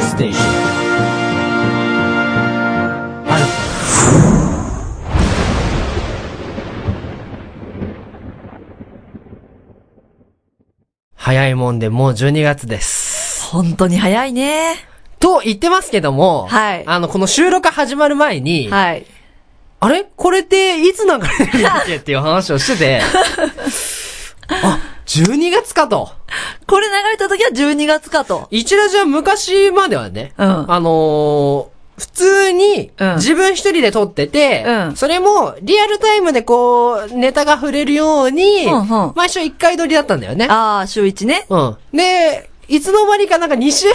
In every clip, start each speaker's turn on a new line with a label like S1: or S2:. S1: ステーション早いもんでもう12月です。
S2: 本当に早いね。
S1: と言ってますけども、
S2: はい
S1: あの、この収録始まる前に、
S2: はい。
S1: あれこれっていつ流れるんだっけっていう話をして て、あ、12月かと。
S2: これ流れた時は12月かと。
S1: 一ラジは昔まではね、
S2: うん
S1: あのー普通に
S2: うん
S1: 自分一人で撮ってて、
S2: うん
S1: それもリアルタイムでこう、ネタが触れるように、
S2: うんうん
S1: 毎週一回撮りだったんだよね。
S2: ああ、週1ね。
S1: うん。で、いつの間にかなんか2週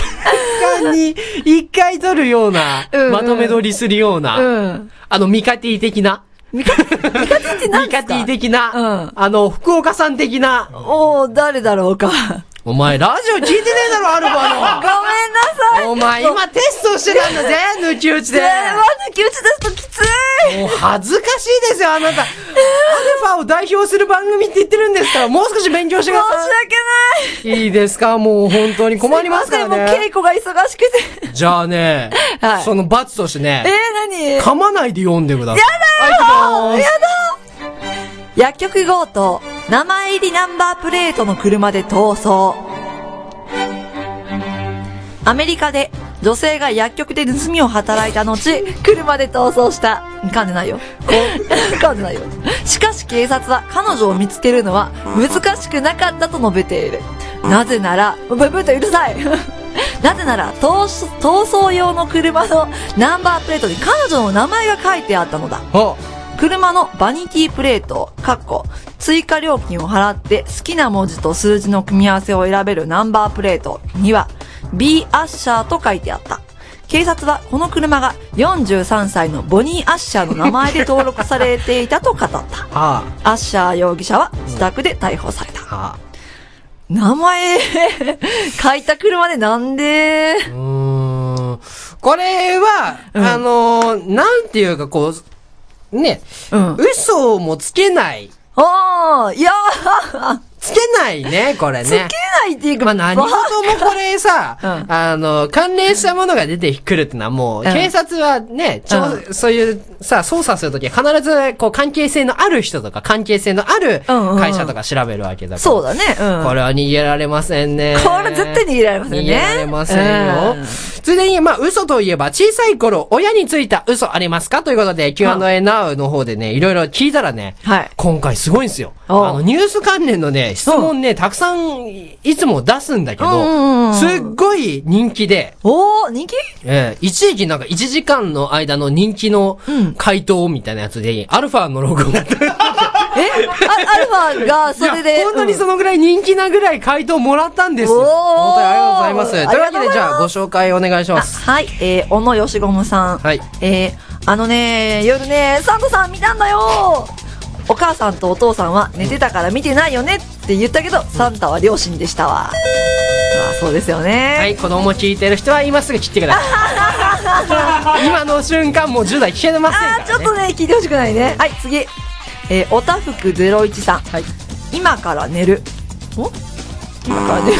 S1: 間 に1回撮るような
S2: うんう、ん
S1: まとめ撮りするような、
S2: うん。
S1: あの、ミカティ的な。ミカティ
S2: って何ですか
S1: ミカティ的な、
S2: うん
S1: あの、福岡さん的な、
S2: おー、誰だろうか。ごめんな
S1: お前ラジオ聞いてねえだろ、アル バの
S2: さい。
S1: お前今テストしてたんだぜ、 抜き打ち
S2: で
S1: で。
S2: まず気打ち出すときつい。
S1: もう恥ずかしいですよ、あなた。アルファを代表する番組って言ってるんですから、もう少し勉強して
S2: 申し
S1: く
S2: 訳
S1: だ
S2: な
S1: さ
S2: い。
S1: い。いいですかもう本当に困りますから
S2: いせんもう稽
S1: ね。
S2: 古が忙しくて。
S1: じゃあね、
S2: はい
S1: その罰として
S2: えー
S1: ね、、
S2: 何
S1: 噛まないで読んでください。はい行きまーす
S2: やだ薬局強盗、名前入りナンバープレートの車で逃走。アメリカで女性が薬局で盗みを働いた後、車で逃走した。噛んでないよ。 噛んでないよ。しかし警察は彼女を見つけるのは難しくなかったと述べている。なぜなら、ブブーとうるさい。 なぜなら逃走、逃走用の車のナンバープレートに彼女の名前が書いてあったのだ。
S1: あ
S2: 車のバニティプレート、かっこ、追加料金を払って好きな文字と数字の組み合わせを選べるナンバープレートには、B アッシャーと書いてあった。警察はこの車が43歳のボニー・アッシャーの名前で登録されていたと語った。
S1: あ
S2: アッシャー容疑者は自宅で逮捕された。
S1: あ
S2: 名前、 書いた車でなんで、
S1: うーんこれは、
S2: うん
S1: あのーなんていうかこう、ね、
S2: うん。
S1: 嘘もつけない。
S2: おー、いやー、
S1: つけないね、これ
S2: つけ
S1: ね。
S2: ないっていうか、
S1: まあ、何事もこれさ、
S2: うん
S1: あの、関連したものが出てくるってのはもう、
S2: うん
S1: 警察はね、ちょ
S2: う
S1: そういうさ、捜査するときは必ず、こう、関係性のある人とか、関係性のある
S2: うんうんうん
S1: 会社とか調べるわけだから。
S2: そうだね。うん。
S1: これは逃げられませんね。
S2: これ絶対逃げられませんね
S1: 逃げられませんよ
S2: うん。
S1: ついでに、まあ、嘘といえば、小さい頃、親についた嘘ありますかということで、Q&A Now の方でね、いろいろ聞いたらね、
S2: はい
S1: 今回すごいんですよ。あ
S2: お
S1: の、ニュース関連のね、質問ね、たくさん、いいつも出すんだけ
S2: うんうん
S1: ど、
S2: うん
S1: すっごい人気で、
S2: おー、人気
S1: ええ一時期なんか1時間の間の人気の
S2: うん
S1: 回答みたいなやつで、アルファのロゴが。
S2: えあアルファが それ
S1: い
S2: で。
S1: や本当にそのぐらい人気なぐらい回答もらったんですよ。
S2: おー
S1: 本当にありがとうございます。と
S2: ありが
S1: い
S2: とうございます
S1: うわけで、じゃあご紹介お願いし
S2: うん
S1: ま
S2: あ
S1: す。
S2: はい、えー、小野よしごむさん。
S1: はい
S2: えー、あのね、夜ね、サンドさん見たんだよお母さんとお父さんは寝てたから見てないよねって言ったけど、サンタは両親でしたわ。まあ、そうですよね。
S1: はい、子供聞いてる人は今すぐ切ってください。 今の瞬間もう10代聞けませんから、
S2: あ
S1: ね。
S2: ー、ちょっとね、聞いてほしくないね。はい、次。えー、おたふく01さん。
S1: はい。
S2: 今から寝る。お今から 寝る。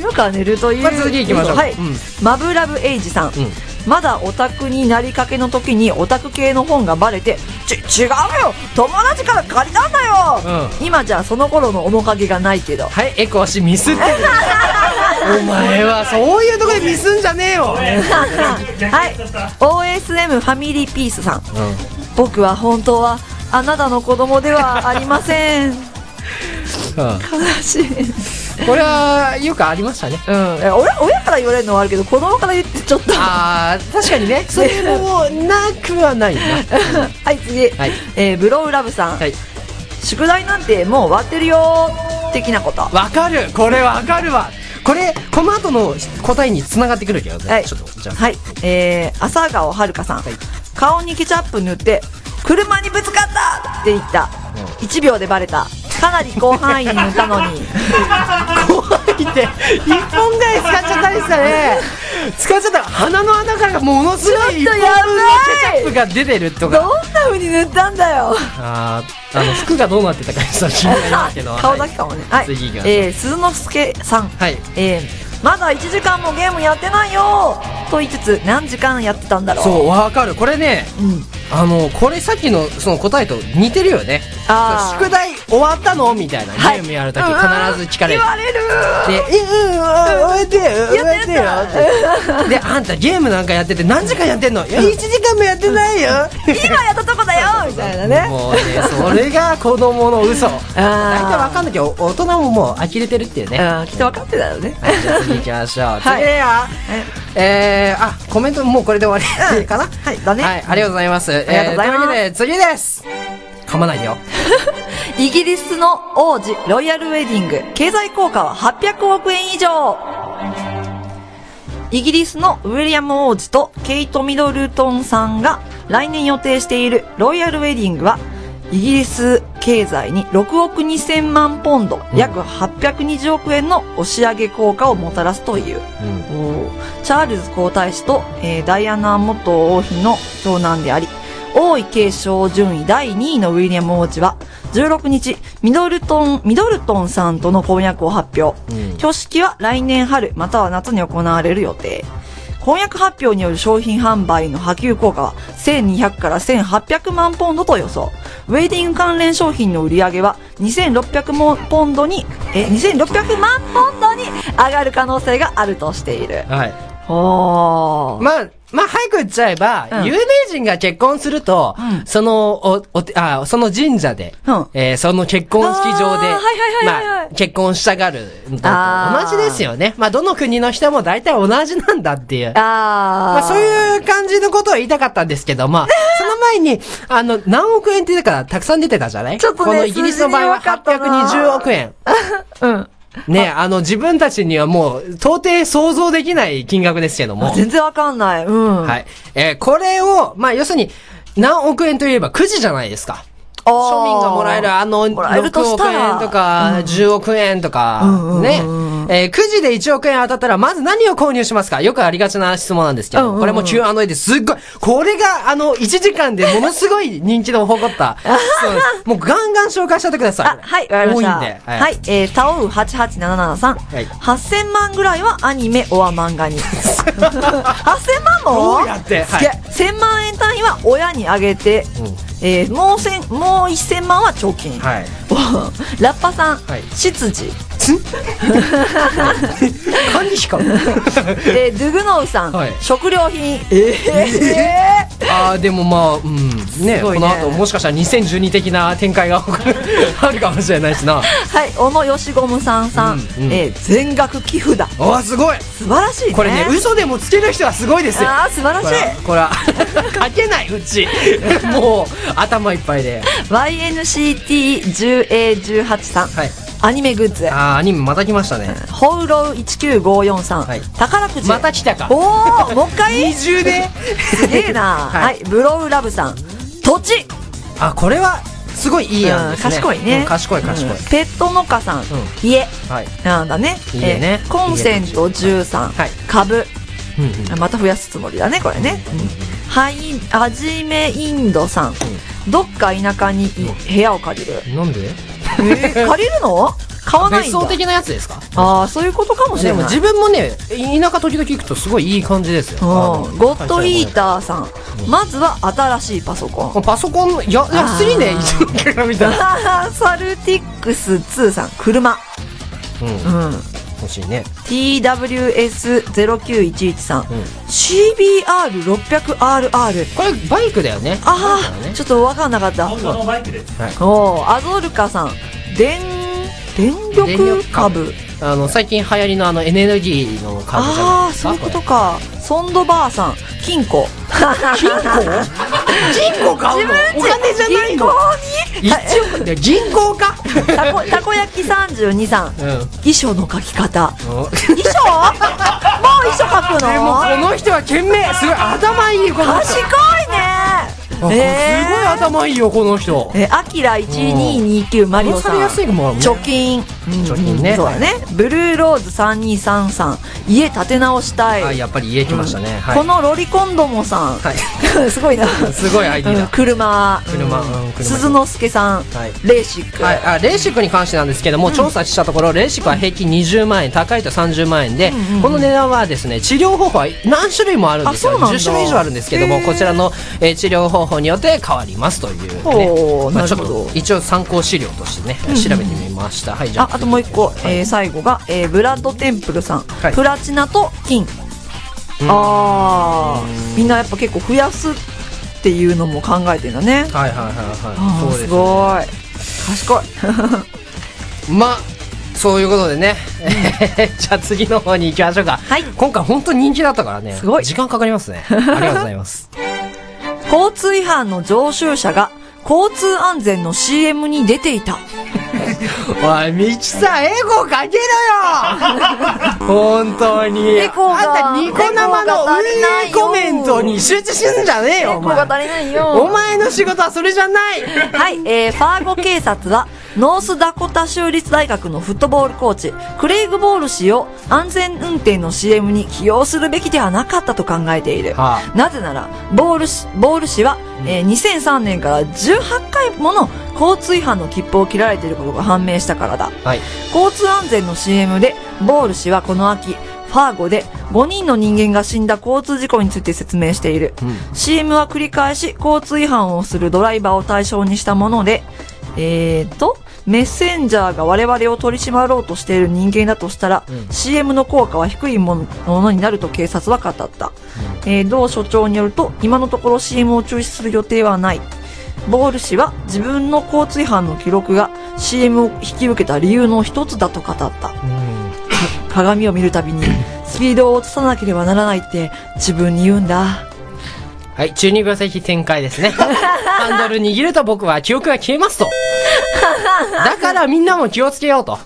S2: 今から寝るという。
S1: まあ続き行きましょう
S2: はい。
S1: うん
S2: マブラブエイジさん。
S1: ん
S2: まだオタクになりかけの時にオタク系の本がバレて、ち、違うよ友達から借りたんだよ、今じゃその頃の面影がない けど。
S1: はい、エコーしミスってる。お前はそういうとこでミスんじゃねえよ。
S2: はい。OSM ファミリーピースさん。僕は本当はあなたの子供ではありません。
S1: うん
S2: 悲しい。
S1: これは、よくありましたね。
S2: うん、え親親から言われるのはあるけど子供から言ってちょっとは
S1: あー、確かにね。 それも、なくはないな。
S2: い次、
S1: はい
S2: えーブロウラブさん、
S1: はい。
S2: 宿題なんてもう終わってるよー的なこと
S1: わかるこれわかるわこれ、この後の答えに繋がってくるけどね。
S2: はい
S1: ちょっと、じゃあ。
S2: はいえー、朝顔はるかさん、
S1: い
S2: 顔にケチャップ塗って車にぶつかったって言った、1秒でバレたかなり広範囲に塗ったの に
S1: 怖いって、一本ぐらい使っちゃったりしたね。使っちゃった。鼻の穴からものすごい一
S2: ち
S1: 本分
S2: ょっと
S1: の
S2: やばい
S1: ケチャップが出てると
S2: どん
S1: か。
S2: な風に塗ったんだよ
S1: あー、あの、服がどうなってたかさ、知らないけど。
S2: 顔だけかもねはい、
S1: 次行きましょう
S2: えー、鈴之助さん
S1: はい。
S2: えーまだ1時間もゲームやってないよと言いつつ何時間やってたんだろう
S1: そう、わかる。これね、
S2: う、うん、
S1: あの、これさっきのその答えと似てるよね。
S2: あー
S1: 宿題終わったのみたいな。
S2: はい
S1: ゲームやるとき必ず聞かれる
S2: 言。われる
S1: で、うんうん、終えてよ、終えてよ
S2: やっ
S1: って。で、あんたゲームなんかやってて何時間やってんのいや、1時間もやってないよ。
S2: 今やったとこだよみたいなね
S1: もうね、それが子供の 嘘。大体わかんないけど、大人ももう呆れてるっていうね。
S2: うんきっと分かってたよね
S1: はいじゃあ次行きましょう。
S2: はい
S1: 次は、えー、あ、コメントもうこれで終わりかな、
S2: はいだね
S1: はい、ありがとうございます。あり
S2: りがとうございます
S1: えー、というわけで、次です噛まないでよ。
S2: イギリスの王子ロイヤルウェディング経済効果は800億円以上イギリスのウィリアム王子とケイト・ミドルトンさんが来年予定しているロイヤルウェディングはイギリス経済に6億2000万ポンド、約820億円の押し上げ効果をもたらすとい
S1: うん。
S2: う。おーチャールズ皇太子と、えーダイアナ元王妃の長男であり、王位継承順位第2位のウィリアム王子は、16日、ミドルトン、ミドルトンさんとの婚約を発
S1: う
S2: 表。
S1: ん
S2: 挙式は来年春、または夏に行われる予定。婚約発表による商品販売の波及効果は1200から1800万ポンドと予想。ウェディング関連商品の売り上げは2600もポンドに、え、2600万ポンドに上がる可能性があるとしている。
S1: はい。
S2: おー。
S1: まあ、まあ、早く言っちゃえば、
S2: うん
S1: 有名人が結婚すると、
S2: うん
S1: その、お、おて、あ、その神社で、
S2: うん
S1: えーその結婚式場で、
S2: あーはいはいはいはいはい
S1: まあ、結婚したがるの
S2: あ
S1: と
S2: ー
S1: 同じですよね。まあ、どの国の人も大体同じなんだっていう。
S2: あー。
S1: まあ、そういう感じのことを言いたかったんですけど、 まあ、その前に、あの、何億円ってだから、たくさん出てたじゃない
S2: ちょっとね
S1: このイギリスの場合は
S2: 数字に弱かったな
S1: 820億円。
S2: うん。
S1: ね、あの、自分たちにはもう、到底想像できない金額ですけども。
S2: 全然わかんない。うん。
S1: はい。えーこれを、まあ、要するに、何億円といえばくじじゃないですか。
S2: あー。
S1: 庶民がもらえるあの6
S2: もらえるとし
S1: 億
S2: たら
S1: 円とか、10億円と
S2: うんう
S1: か、
S2: ん
S1: ね
S2: うん。
S1: えーくじで1億円当たったら、まず何を購入しますかよくありがちな質問なんですけ
S2: うんうんう
S1: ど、
S2: ん
S1: これも Q&A ですっごい、これがあの、1時間でものすごい人気の誇 った。そうですもうガンガン紹介しちゃってください。
S2: あ、はい、わかりました。
S1: 多いんで。
S2: はい、。えー、タオウ8877さん。
S1: い
S2: 8000万ぐらいはアニメ、オア漫画 に。8000万も
S1: どうやってはい
S2: いや、1000万円単位は親にあげて、
S1: うん
S2: えー、もう千、もう1000万は貯金。
S1: はい。
S2: ラッパさん、
S1: はい
S2: 執 事。
S1: 管理費か
S2: えー、ドゥグノウさん、
S1: はい
S2: 食料品。
S1: え
S2: えー
S1: あーでもまあ、うん、ね
S2: ごい
S1: こ
S2: ね
S1: の後もしかしたら2012的な展開があるかもしれないしな。
S2: はい、小野よしごむさんさん、
S1: うんうん
S2: えー全額寄付だ。
S1: おーすごい
S2: 素晴らしいね。
S1: これね、嘘でもつける人はすごいですよ。
S2: あー素晴らしい。
S1: これは、これは書けないうち。もう、頭いっぱいで。
S2: YNCT10A18 さん、
S1: はい
S2: アニメグッズ
S1: あーアニメまた来ましたね。
S2: ホウロウ1954さん、
S1: はい
S2: 宝くじ
S1: また来たか
S2: おおもう一回
S1: 二重で
S2: すげえな、はい
S1: はい
S2: ブロウラブさん土地
S1: あ、これは、すごいいいやんですね。
S2: うん賢いね
S1: うん賢い、賢い。
S2: うんペット農家さん、
S1: ん
S2: 家
S1: はい。
S2: なんだね
S1: 家ね
S2: えーコンセント
S1: は
S2: 13、
S1: い
S2: 株
S1: うんうん
S2: また増やすつもりだねこれね、はいはじめインドさん、どっか田舎に部屋を借りる、
S1: なんで
S2: えー借りるの買わない
S1: 別
S2: んだ
S1: 荘的なやつですか
S2: ああそういうことかもしれ
S1: で
S2: ない
S1: も自分もね、田舎時々行くとすごいいい感じですよ。あ
S2: う
S1: の
S2: んゴッドイーターさん、まずは新しいパソコン。
S1: パソコン、や、安いね、
S2: あー
S1: 一億円みたいな。
S2: サルティックス2さん、車。
S1: うん、
S2: うん。
S1: 欲しいね。
S2: TWS0911 さん、
S1: ん
S2: CBR600RR。
S1: これ、バイクだよね。
S2: あ
S1: バイクだ
S2: あ、
S1: ね
S2: ちょっとわかんなかった。
S3: 本当のバイクです。
S2: おーアゾルカさん、電、電
S1: 電
S2: 力
S1: 力
S2: 株
S1: 株。あの、最近流行りのあの、エネルギーの株じゃない
S2: ああ、
S1: です
S2: そ
S1: か。
S2: ういうことか。ソンドバーさん、金庫。金庫
S1: 銀行買うのお金じゃないの一億で銀行か
S2: たこたこ焼き32さん、
S1: うん。
S2: 衣装の書き方
S1: お
S2: 衣装もう衣装書く
S1: でもこ
S2: の
S1: の人は賢明すごい頭いいこの人
S2: 賢い
S1: あ
S2: ねえ
S1: すごい頭いいよこの人
S2: えー、アキラ1229マリオ
S1: 殺
S2: さ
S1: さ
S2: ん
S1: れやすいもんね
S2: 貯金
S1: 貯金ね。
S2: そうだね。ブルーローズ3233、家建て直したい。
S1: はい、やっぱり家来ましたね。はい。
S2: このロリコンどもさん、
S1: は
S2: すごいな。
S1: い。すごい ID
S2: うん
S1: だ。
S2: 車、
S1: 車うん車
S2: 鈴之助さん、
S1: はい
S2: レーシック、
S1: はい、あレーシックに関してなんですけども、調査したところレーシックは平均20万円高いと30万円で、この値段はですね治療方法は何種類もあるんです
S2: あ
S1: よ
S2: そうなんだ
S1: 10種類以上あるんですけど
S2: へ
S1: も
S2: ー
S1: こちらの、えー治療方法によって変わりますという、
S2: ほ
S1: ね
S2: う
S1: まあ、ちょっ
S2: なるほ
S1: と
S2: ど
S1: 一応参考資料としてね調べてみました、はいじゃ
S2: あ
S1: あ
S2: あともう一個、えー最後が、えーブラッドテンプルさん、
S1: はい
S2: プラチナと金、あーみんなやっぱ結構増やすっていうのも考えてんだね
S1: はいはいはいはい
S2: あ
S1: そ
S2: ー
S1: うですす
S2: ごい賢い
S1: まあそういうことでね、 じゃあ次の方に行きましょうか、
S2: はい
S1: 今回本当に人気だったからね
S2: すごい
S1: 時間かかりますねありがとうございます
S2: 交通違反の常習者が交通安全の CM に出ていた
S1: おい、ミキさん、エゴかけ ろよ本当に。
S2: エゴが
S1: あんた、ニコ生の運営コメントに集中すんじゃねえよ、お前。
S2: りない
S1: お前の仕 事はそれじゃない
S2: はい、えー、ファーゴ警察は、ノースダコタ州立大学のフットボールコーチ、クレイグ・ボール氏を安全運転の CM に起用するべきではなかったと考えている。
S1: は
S2: なぜなら、ボール氏、ボール氏は、えー2003年から18回もの交通違反の切符を切られていることが判明したからだ。
S1: はい。
S2: 交通安全の CM で、ボール氏はこの秋、ファーゴで5人の人間が死んだ交通事故について説明している。CM は繰り返し交通違反をするドライバーを対象にしたもので、えーと、メッセンジャーが我々を取り締まろうとしている人間だとしたら、
S1: ん
S2: CM の効果は低いものものになると警察は語った。えー同署長によると、今のところ CM を中止する予定はない。ボール氏は自分の交通違反の記録が CM を引き受けた理由の一つだと語った。鏡を見るたびに、スピードを落とさなければならないって自分に言うんだ。
S1: はい、中二病的展開です ね。ハンドル握ると僕は記憶が消え ますと。だからみんなも気をつけようと。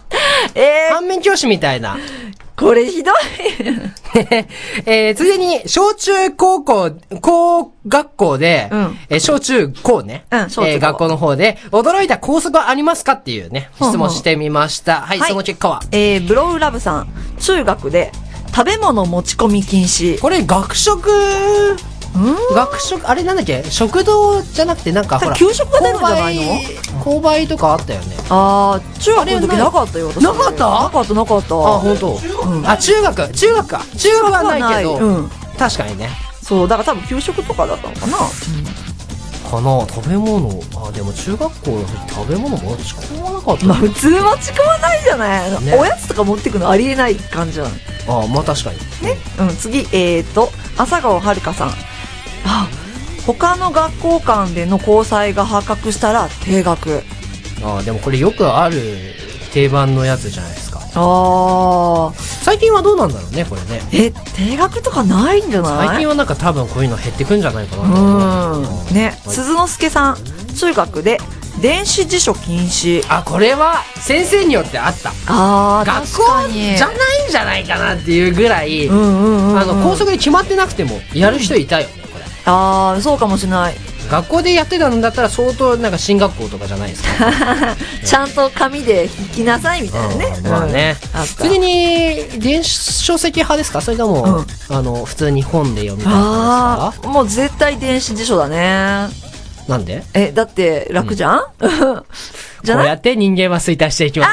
S2: えー
S1: 反面教師みたいな。
S2: これひどい。
S1: えー、ついでに、小中高校、高学校で、
S2: うん
S1: えー小中高ね、
S2: うん小中高
S1: えー学校の方で、驚いた校則はありますかっていうね、
S2: ほうほう
S1: 質問してみました。はい、
S2: はい
S1: その結果は。
S2: えー、ブロウラブさん、中学で食べ物持ち込み禁止。
S1: これ、学食、学食、あれなんだっけ食堂じゃなくて、なんかほら、
S2: 給食が出るんじゃないの
S1: 購買購買とかあったよね。
S2: あー、中学の時なかったよ。私
S1: なかった
S2: なかった、なかった。
S1: あ、本当、あ、中学、中学か。中学はないけど、
S2: うん。
S1: 確かにね。
S2: そう、だから多分給食とかだったのかな。
S1: かな食べ物、あ、でも中学校の時食べ物持ち込まなかった
S2: まあ普通持ち込まないじゃない、
S1: ね
S2: おやつとか持ってくのありえない感じじゃない
S1: あ、まあ確かに。
S2: うん、次、えーと、朝顔はるかさん。あ、他の学校間での交際が発覚したら定額。
S1: ああ、でもこれよくある定番のやつじゃないですか。
S2: あー。
S1: 最近はどうなんだろうね、これね。
S2: え、定額とかないんじゃない
S1: 最近はなんか多分こういうの減ってくんじゃないかなと思う
S2: うん。ね、鈴之助さん、中学で電子辞書禁止。
S1: あ、これは先生によってあった。
S2: ああ、
S1: 学校じゃないんじゃないかなっていうぐらい、
S2: うんうんうん、うん。
S1: あの、校則で決まってなくてもやる人いたよね、これ。
S2: ああ、そうかもしれない。
S1: 学校でやってたんだったら相当なんか進学校とかじゃないですか。
S2: ちゃんと紙で引きなさいみたいな ね。
S1: うんまあね
S2: うんあっ。た
S1: 次に、電子書籍派ですかそれとも、
S2: うん
S1: あの、普通に本で読みたい派
S2: あ
S1: です
S2: あ、もう絶対電子辞書だね。
S1: かなんで
S2: え、だって楽じゃん、じゃ
S1: こう
S2: ない
S1: やって人間は衰退していきます。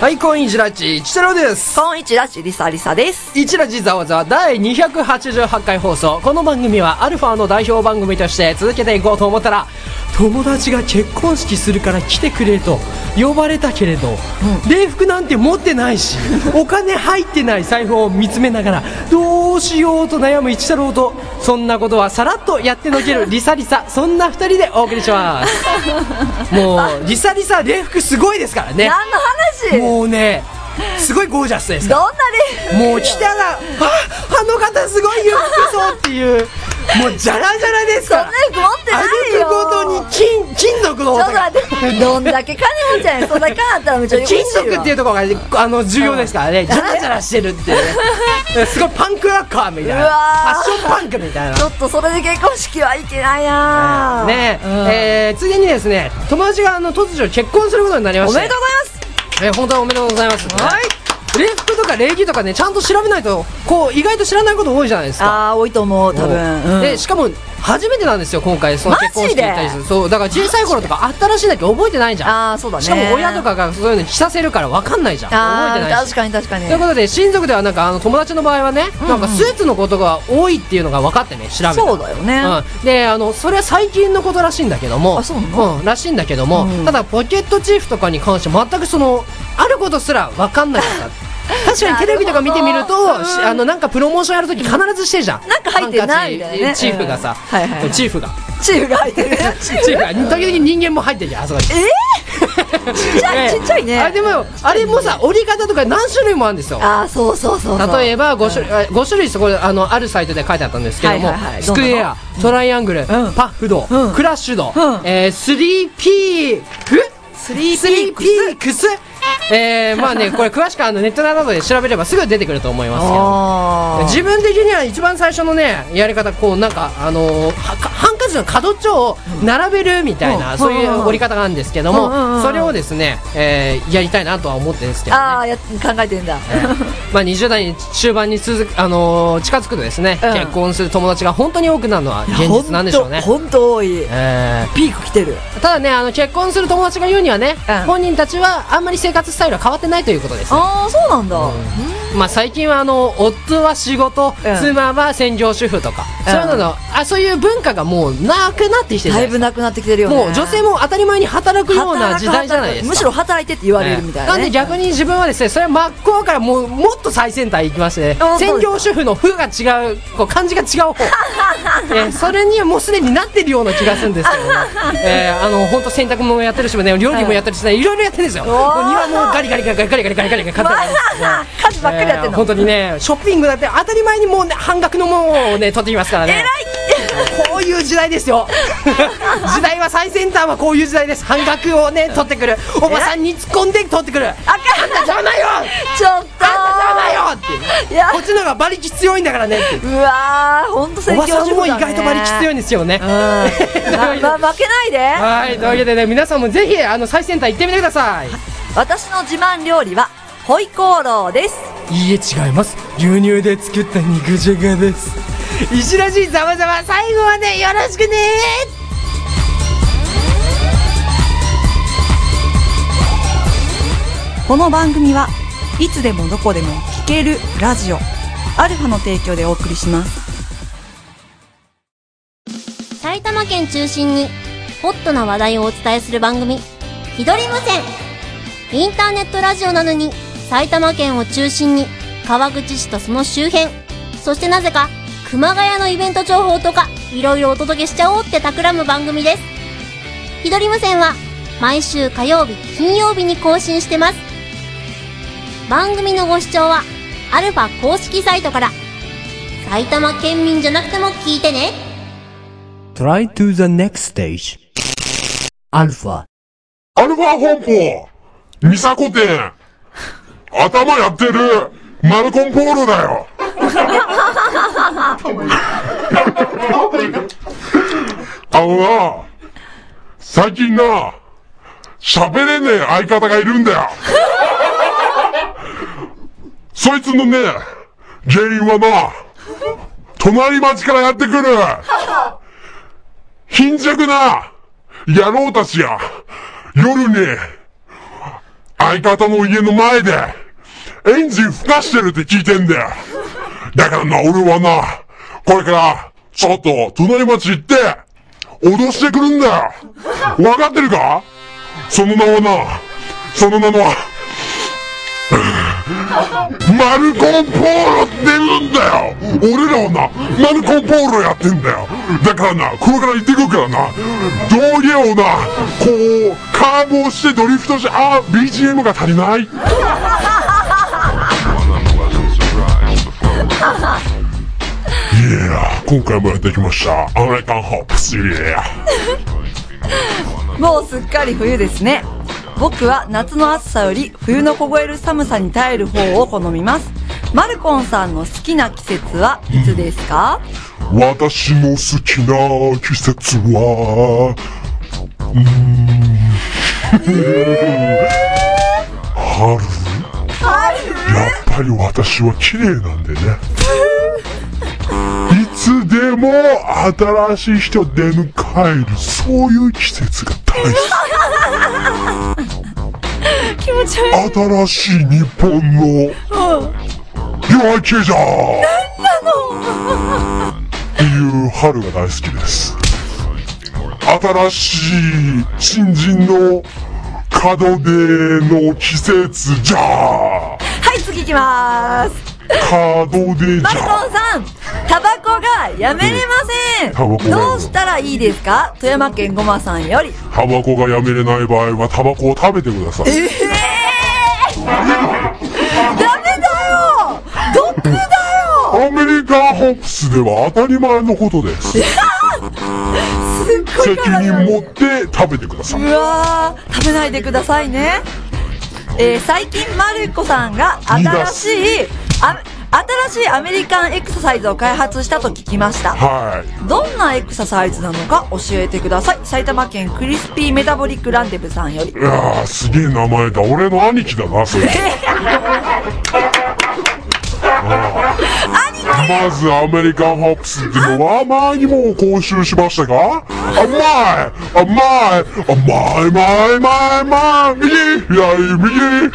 S1: はい、コインジラッチ、一太郎です。
S2: こんいちだし、リサリサです。
S1: 一ラジザワザワ第288回放送この番組はアルファの代表番組として続けていこうと思ったら友達が結婚式するから来てくれと呼ばれたけれど、礼服なんて持ってない しお金入ってない財布を見つめながらどうしようと悩む一太郎とそんなことはさらっとやってのけ るリサリサそんな2人でお送りします もうリサリサ礼服すごいですからね
S2: 何の話
S1: もうねすごいゴージャスです
S2: ど
S1: か
S2: んな
S1: ら
S2: ね
S1: もう来たらああの方すごいよくそうっていうもうじゃらじゃらです
S2: そん
S1: か
S2: な
S1: ら
S2: 服持ってない
S1: 歩
S2: よ
S1: くごとに金金属の
S2: ち
S1: 音
S2: ょっと
S1: が
S2: 待ってどんだけ金持ちやねんそんな金あったらめっちゃ
S1: 金属っていううところがねあの重要ですからねじゃらじゃらしてるっていうねすごいパンクラッカーみたいなフ
S2: うわー
S1: ァッションパンクみたいな
S2: ちょっとそれで結婚式はいけないなぁ
S1: ね
S2: うん
S1: えーついでにですね友達があの突如結婚することになりま
S2: お
S1: し
S2: め
S1: て
S2: でとう
S1: えー本当におめでとうございます
S2: はい
S1: 礼服とか礼儀とかねちゃんと調べないとこう意外と知らないこと多いじゃないです
S2: ございます
S1: か
S2: ああ多いと思う多分うん
S1: でしかも初めてなんですよ今回その
S2: マジ
S1: 結
S2: で
S1: 婚式行ったりするそうだから小さい頃とかあったらしいんだけど覚えてないじゃん
S2: ああそうだね
S1: しかも親とかがそういうのに着させるから分かんないじゃん覚え
S2: あ
S1: てな
S2: あ
S1: い
S2: 確
S1: し
S2: かに確かに
S1: ということで親族ではなんかあの友達の場合はね、なんかスーツのことが多いっていうのが分かってね調べたら
S2: そうだよね
S1: うん、であのそれは最近のことらしいんだけども
S2: あそうなの
S1: ん、らしいんだけども、
S2: うん
S1: ただポケットチーフとかに関して全くそのあることすら分かんなか った確かにテレビとか見てみると
S2: なるほど
S1: しあのなんかプロモーションやるとき必ずしてるじゃん
S2: なんか入ってんな
S1: ハンカチ
S2: みたいなね
S1: チーフがさ、
S2: うんはいはいはい
S1: チーフが
S2: チーフが入ってるね
S1: チーフが時々人間も入ってるじゃんあそこに
S2: ちっちゃいちっちゃいね
S1: あでもあれもさ折り方とか何種類もあるんですよ
S2: ああそうそうそうそう
S1: 例えば5種,、あ5種類そこであのあるサイトで書いてあったんですけども、
S2: はいはいはい
S1: スクエアトライアングル、パッフド、
S2: うん
S1: クラッシュド、
S2: うん
S1: えー、スリーピーク
S2: スリー
S1: スリー
S2: ピ
S1: ピークスえー、まあねこれ詳しくあのネットなどで調べればすぐ出てくると思いますけど
S2: ああ
S1: 自分的には一番最初のねやり方こうなんかあのーはかハンカチの角っちょを並べるみたいな、
S2: うん
S1: そういう折り方があるんですけども、
S2: うんうんうん
S1: それをですね、えーやりたいなとは思ってるんですけどね
S2: ああや考えてんだ
S1: まあ20代終盤に続く、あのー近づくとですね、
S2: うん
S1: 結婚する友達が本当に多くなるのは現実なんでしょうね。
S2: 本当多い
S1: え
S2: ピーク来てる
S1: ーただねあの結婚する友達が言うにはね、
S2: うん
S1: 本人たちはあんまり生活スタイルは変わってないということです、ね
S2: ああそうなんだ
S1: まあ、最近はあの夫は仕事、
S2: うん
S1: 妻は専業主婦とか、
S2: うん
S1: そういうののあそういう文化がもうなくなってきてるじゃ
S2: だ
S1: ないいです
S2: ぶなくなってきてるよ
S1: か
S2: ね
S1: もう女性も当たり前に働くような時代じゃないですか
S2: むしろ働いてって言われるみたいな、ね
S1: なんで逆に自分はですねそれは真っ向からもうもっと最先端行きまして、ね
S2: あ、そう
S1: 専
S2: ですか
S1: 業主婦の「ふ」が違うこう漢字が違う方えーそれにはもうすでになってるような気がするんですけど、ねえーあの本当洗濯物もやってるし、ね、料理もやってるし、ね、いろいろやってるんですよも
S2: おー
S1: う庭もガリガリガリガリガリガリガリガリガリガリガリ
S2: 家事ばっかりやっ
S1: え
S2: てん
S1: ー
S2: の、
S1: 本当にねショッピングだって当たり前にもう、ね、半額のものをね取ってきますからねこういう時代です よ時代は最先端はこういう時代です半額をね取ってくるおばさんに突っ込んで取ってくるあん
S2: あかん
S1: た邪魔よ
S2: ちょっと
S1: あんた邪魔よって
S2: いや
S1: こっちの方が馬力強いんだからねって
S2: うわーほんと
S1: お
S2: 宣
S1: ば
S2: 教
S1: さん
S2: 師
S1: も意外と馬力強いん
S2: ね
S1: ですよね
S2: うん、まま負けないで
S1: はいというわけでね皆さんもぜひあの最先端行ってみてください
S2: 私の自慢料理はホイコーローです
S1: いいえ違います牛乳で作った肉じゃがです石らしいざわざわ最後までよろしくね
S3: この番組はいつでもどこでも聞けるラジオアルファの提供でお送りします
S4: 埼玉県中心にホットな話題をお伝えする番組「ひどり無線」インターネットラジオなのに埼玉県を中心に川口市とその周辺そしてなぜか熊谷のイベント情報とかいろいろお届けしちゃおうって企む番組ですひどり無線は毎週火曜日金曜日に更新してます番組のご視聴はアルファ公式サイトから埼玉県民じゃなくても聞いてね
S1: Try to the next stage アルファ
S5: アルファ本舗ミサコ店頭やってるマルコンポーロだよあのな、最近な、喋れねえ相方がいるんだよそいつのね、原因はな、隣町からやってくる貧弱な野郎たちや、夜に、相方の家の前で、エンジン吹かしてるって聞いてんだよ。だからな、俺はな、これから、ちょっと、隣町行って、脅してくるんだよ。わかってるかその名はな、その名は、マルコンポーロって言うんだよ俺らはな、マルコンポーロやってんだよだからな、これから行ってくるからな、道芸をな、 こう、カーブをしてドリフトして、あー BGM が足りないや今回もやってきました。アメリカンホップスイエ
S2: もうすっかり冬ですね。僕は夏の暑さより冬の凍える寒さに耐える方を好みます。マルコンさんの好きな季節はいつですか
S5: ー私の好きな季節は、うーん。春やっぱり私は綺麗なんでね。いつでも新しい人出迎える、そういう季節が大好き。
S2: 気持ち悪い。
S5: 新しい日本の夜明けじゃんっていう春が大好きです新しい新人の門出の季節じゃん
S2: はい、次行きます。
S5: 門出じ
S2: マル
S5: ゃん
S2: コンさん、タバコがやめれ
S5: タバ
S2: ま
S5: コ
S2: せん。
S5: が
S2: どうしたらいいですか富山県ごまさんより。
S5: タバコがやめれない場合はタバコを食べてください
S2: えー、ダメだよ毒だよ
S5: アメリカンホップスでは当たり前のこと です
S2: すっごい
S5: 責
S2: 体
S5: 任
S2: が
S5: 持って食べてくださいう
S2: わー食べないでくださいね、えー最近マルコさんが新しいあ新しいアメリカンエクササイズを開発したと聞きました
S5: はい
S2: どんなエクササイズなのか教えてください埼玉県クリスピーメタボリックランデブさんより
S5: いやーすげえ名前だ俺の兄貴だな それまずアメリカンホップスっていうのは前にも講習しましたが甘い甘い甘い甘い甘い甘い右左右右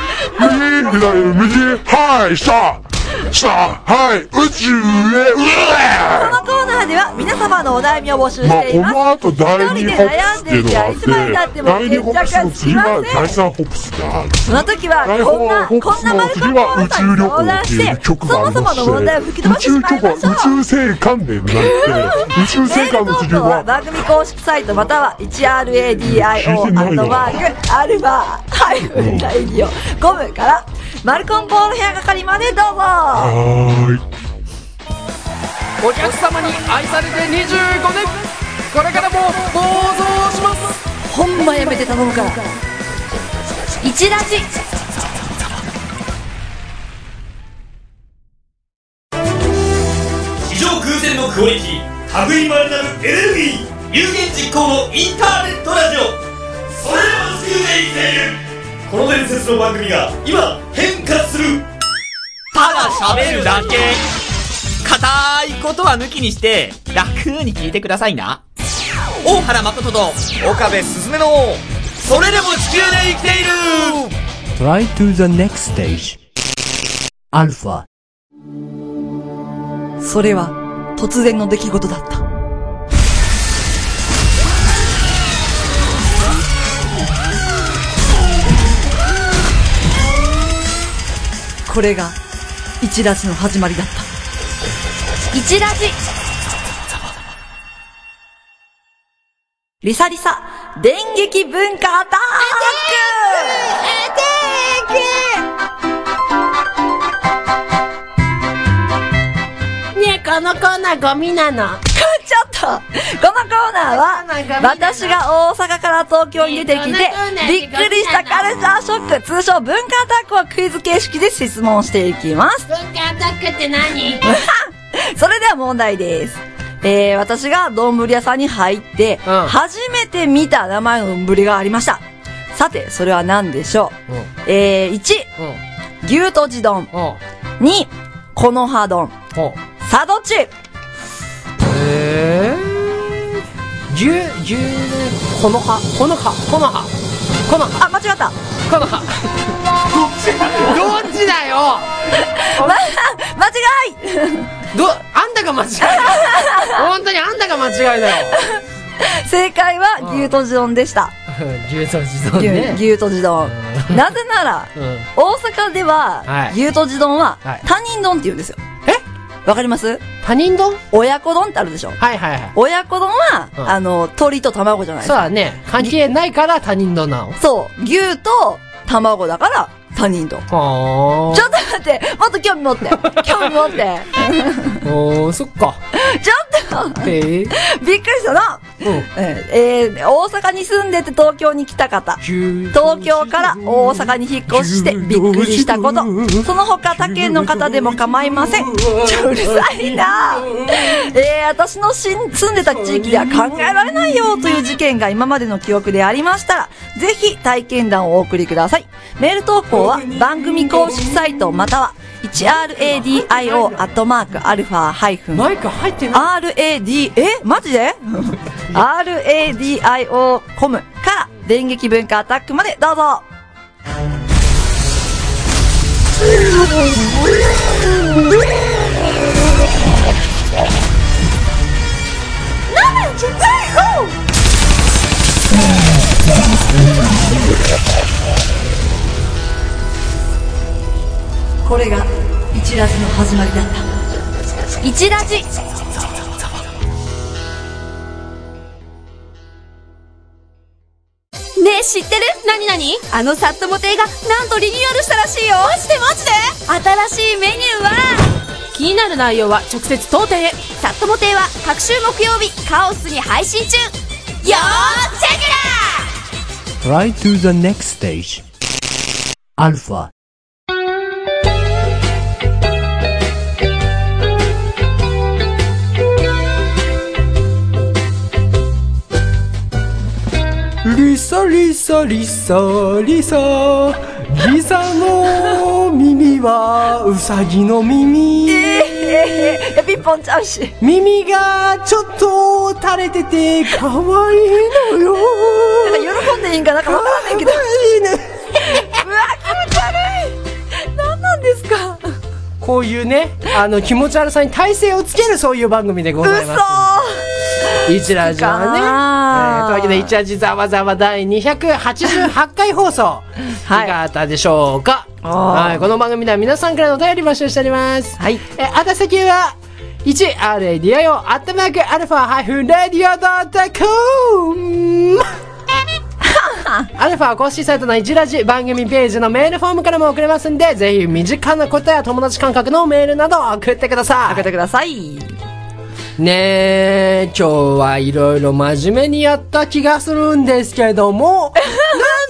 S5: 左右はいさあさあはい宇宙へうえ
S2: このコーナーでは皆様のお悩みを募集
S5: まあ、
S2: してい
S5: こ
S2: ます、
S5: の後第
S2: 一人
S5: 二
S2: で
S5: ホップス
S2: 悩んでいていつまでた
S5: っていうのがあっ
S2: ってても
S5: 第二ホ
S2: 決
S5: ップス
S2: 着がつき
S5: の次
S2: ま
S5: は
S2: せん
S5: 第三ホップスがある
S2: その時は、
S5: 台
S2: こん
S5: 本
S2: な、
S5: ホップ
S2: こん
S5: ス
S2: な
S5: の
S2: 丸
S5: 次は宇宙旅
S2: 相談
S5: 行って
S2: し
S5: い
S2: て、
S5: う
S2: そ
S5: 曲があ
S2: も
S5: り
S2: そ
S5: ま
S2: もの問題を吹
S5: し
S2: き
S5: て
S2: 飛
S5: 宇
S2: ばしてし
S5: 宙
S2: まい
S5: 旅
S2: ましょう。
S5: 行宇宙生還でなって宇宙
S2: メ
S5: 生
S2: ー
S5: 還
S2: ル
S5: の
S2: 等
S5: 次
S2: 々は
S5: は
S2: 番組公式サイトまたは 1RADIO ア
S5: 聞いてない
S2: ッ
S5: の
S2: トマークアルファハイフンライディオコムからマルコンボール部屋係までどうぞ
S5: はーい
S1: お客様に愛されて25年これからも暴走します
S2: ほんまやめて頼むから
S4: 一ラジ
S6: 非常空前のクオリティ類いまれなるエネルギー有言実行のインターネットラジオそれらを地球で生きているこの伝説の番組が今変化する
S7: ただ喋るだけ硬いことは抜きにして楽に聞いてくださいな大原誠と岡部すずめのそれでも地球で生きている
S1: Try to the next stage アルファ
S2: それは突然の出来事だったこれが一ラジの始まりだった
S4: 一ラジ
S2: リサリサ、電撃文化アタッ
S8: ねえ、このコーナーゴミなの。
S2: クちょっとこのコーナーは、私が大阪から東京に出てきて、びっくりしたカルチャーショック、通称文化アタックをクイズ形式で質問していきます。
S8: 文化アタックって何
S2: それでは問題です。えー、私が丼屋さんに入って、
S1: うん
S2: 初めて見た名前の丼がありました。さて、それは何でしょう、えー、
S1: う
S2: 1、
S1: ん
S2: 牛とじ丼。
S1: うん
S2: 2、この葉丼。
S1: うん
S2: さあ、どっち
S1: えー、牛牛ねこの葉この葉この葉この葉
S2: あ、間違った。
S1: こ の葉どっちだよ
S2: ま、 間違い
S1: どあんたが間違 いだよ本当にあんたが間違いだよ
S2: 正解は牛とじ丼でした。
S1: 牛と自動
S2: 牛
S1: ね
S2: 牛とじ丼。
S1: うん
S2: なぜなら、
S1: うん
S2: 大阪では、
S1: はい
S2: 牛とじ丼は、
S1: はい
S2: 他人丼って言うんですよ。えわかります
S1: 他人丼
S2: 親子丼ってあるでしょ
S1: はいはいはい
S2: 親子丼は、
S1: うん
S2: あの、鶏と卵じゃないです
S1: そう
S2: か。
S1: だね関係ないから他人丼なの
S2: そう。牛と卵だから、他人と。
S1: は
S2: ちょっと待って、もっと興 味持って。興味持って。
S1: あ。おー、そっか。
S2: ちょっと、
S1: へえ。
S2: びっくりしたな。
S1: うん。
S2: えー、大阪に住んでて東京に来た方。東
S1: 東
S2: 京から大阪に引っ越してびっくりしたこと。その他他県の方でも構いません。ちょ、うるさいなえー、私のしん住んでた地域では考えられないよという事件が今までの記憶でありましたら、ぜひ体験談をお送りください。メール投稿は番組公式サイトまたは 1radio.alpha-hyphen
S1: マイク入ってない
S2: RAD、えマジで ?RADIO.com から電撃文化アタックまでどうぞこれが一ラジの始まりだった。
S4: 一ラジねえ知ってる何何あのサットモ亭がなんとリニューアルしたらしいよマジでマジで新しいメニューは
S8: 気になる内容は直接当店へ
S4: サットモ亭は各週木曜日カオスに配信中よーチェケラ
S1: Try to the next stage. アルファ。リサリサリサリサリサの耳はウサギの耳
S2: えー、ピンポンちゃうし。
S1: 耳がちょっと垂れてて可愛いのよ
S2: なんか喜んでいいんかなんかわからないけど。うわ、
S1: いいね
S2: 気持ち悪い。何なんですか
S1: こういうね、あの気持ち悪さに体勢をつけるそういう番組でございます。
S2: 嘘
S1: 一ラジオはね。え
S2: 好きか
S1: ー
S2: な
S1: というわけで、一ラジざわざわ第288回放送。
S2: はい
S1: い。かがだったでしょうか
S2: おー
S1: はい。この番組では皆さんからのお便り募集しております。
S2: はい。
S1: えー、あた先は、1RADIO、アットマーク、アルファ、ハイフン、ラディオ、ドットコ ム。アルファ公式サイトの一ラジ番組ページのメールフォームからも送れますんで、ぜひ身近なことや友達感覚のメールなど送ってくださ
S2: 開けてください。
S1: い。ねえ、今日はいろいろ真面目にやった気がするんですけど も、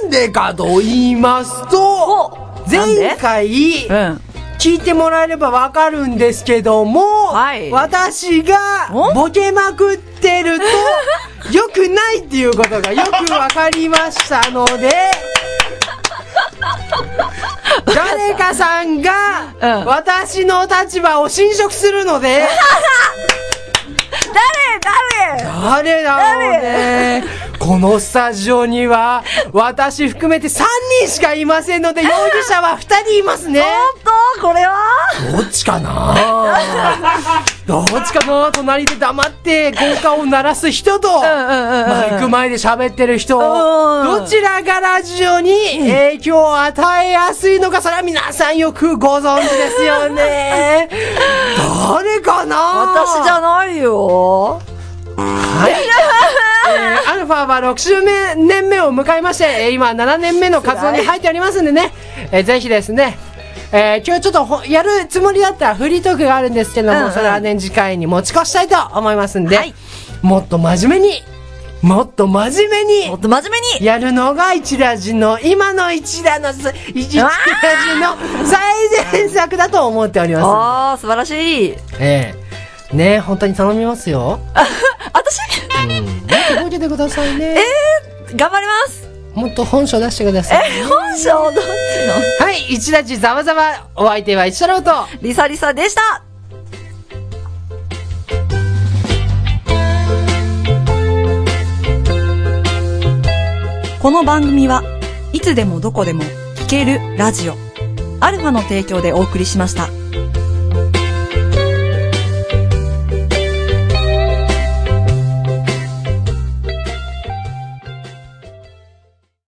S1: なんでかと言いますと、
S2: おなんで
S1: 前回、
S2: うん。
S1: 聞いてもらえればわかるんですけども、
S2: はい
S1: 私が
S2: お
S1: ボケまくって ると良くないっていうことがよくわかりましたので、 誰かさん
S2: う
S1: が
S2: ん
S1: 私の立場を侵食するので、
S2: 誰誰
S1: 誰だろうね。このスタジオには私含めて3人しかいませんので容疑者は2人いますね。
S2: 本当これは
S1: どっちかな どっちかな隣で黙って効果を鳴らす人と、マイク前で喋ってる人、
S2: ん
S1: どちらがラジオに影響を与えやすいのか、それは皆さんよくご存知ですよね。誰かな
S2: 私じゃないよ。
S1: えーアルファは60年目を迎えまして、えー今7年目の活動に入っておりますんでね、えーぜひですね、えー今日ちょっとほやるつもりだったフリートークがあるんですけども、
S2: うんうん
S1: それはね、次回に持ち越したいと思いますんで、
S2: はい
S1: もっと真面目に、もっと真面目
S2: もっ
S1: に、
S2: と真面目に
S1: やるのが一ラジの、今の一ラのす、一一ラジの最善策だと思っておりま
S2: あー、素晴らしい。
S1: す。えーね本当に頼みますよ。
S2: 私、
S1: 届けてくださいね。
S2: 頑張ります。
S1: もっと本書出してください。
S2: 本性どっちの
S1: はい、一ラジざわざわ、お相手は一太郎と、
S2: リサリサでした。
S3: この番組はいつでもどこでも聞けるラジオアルファの提供でお送りしました。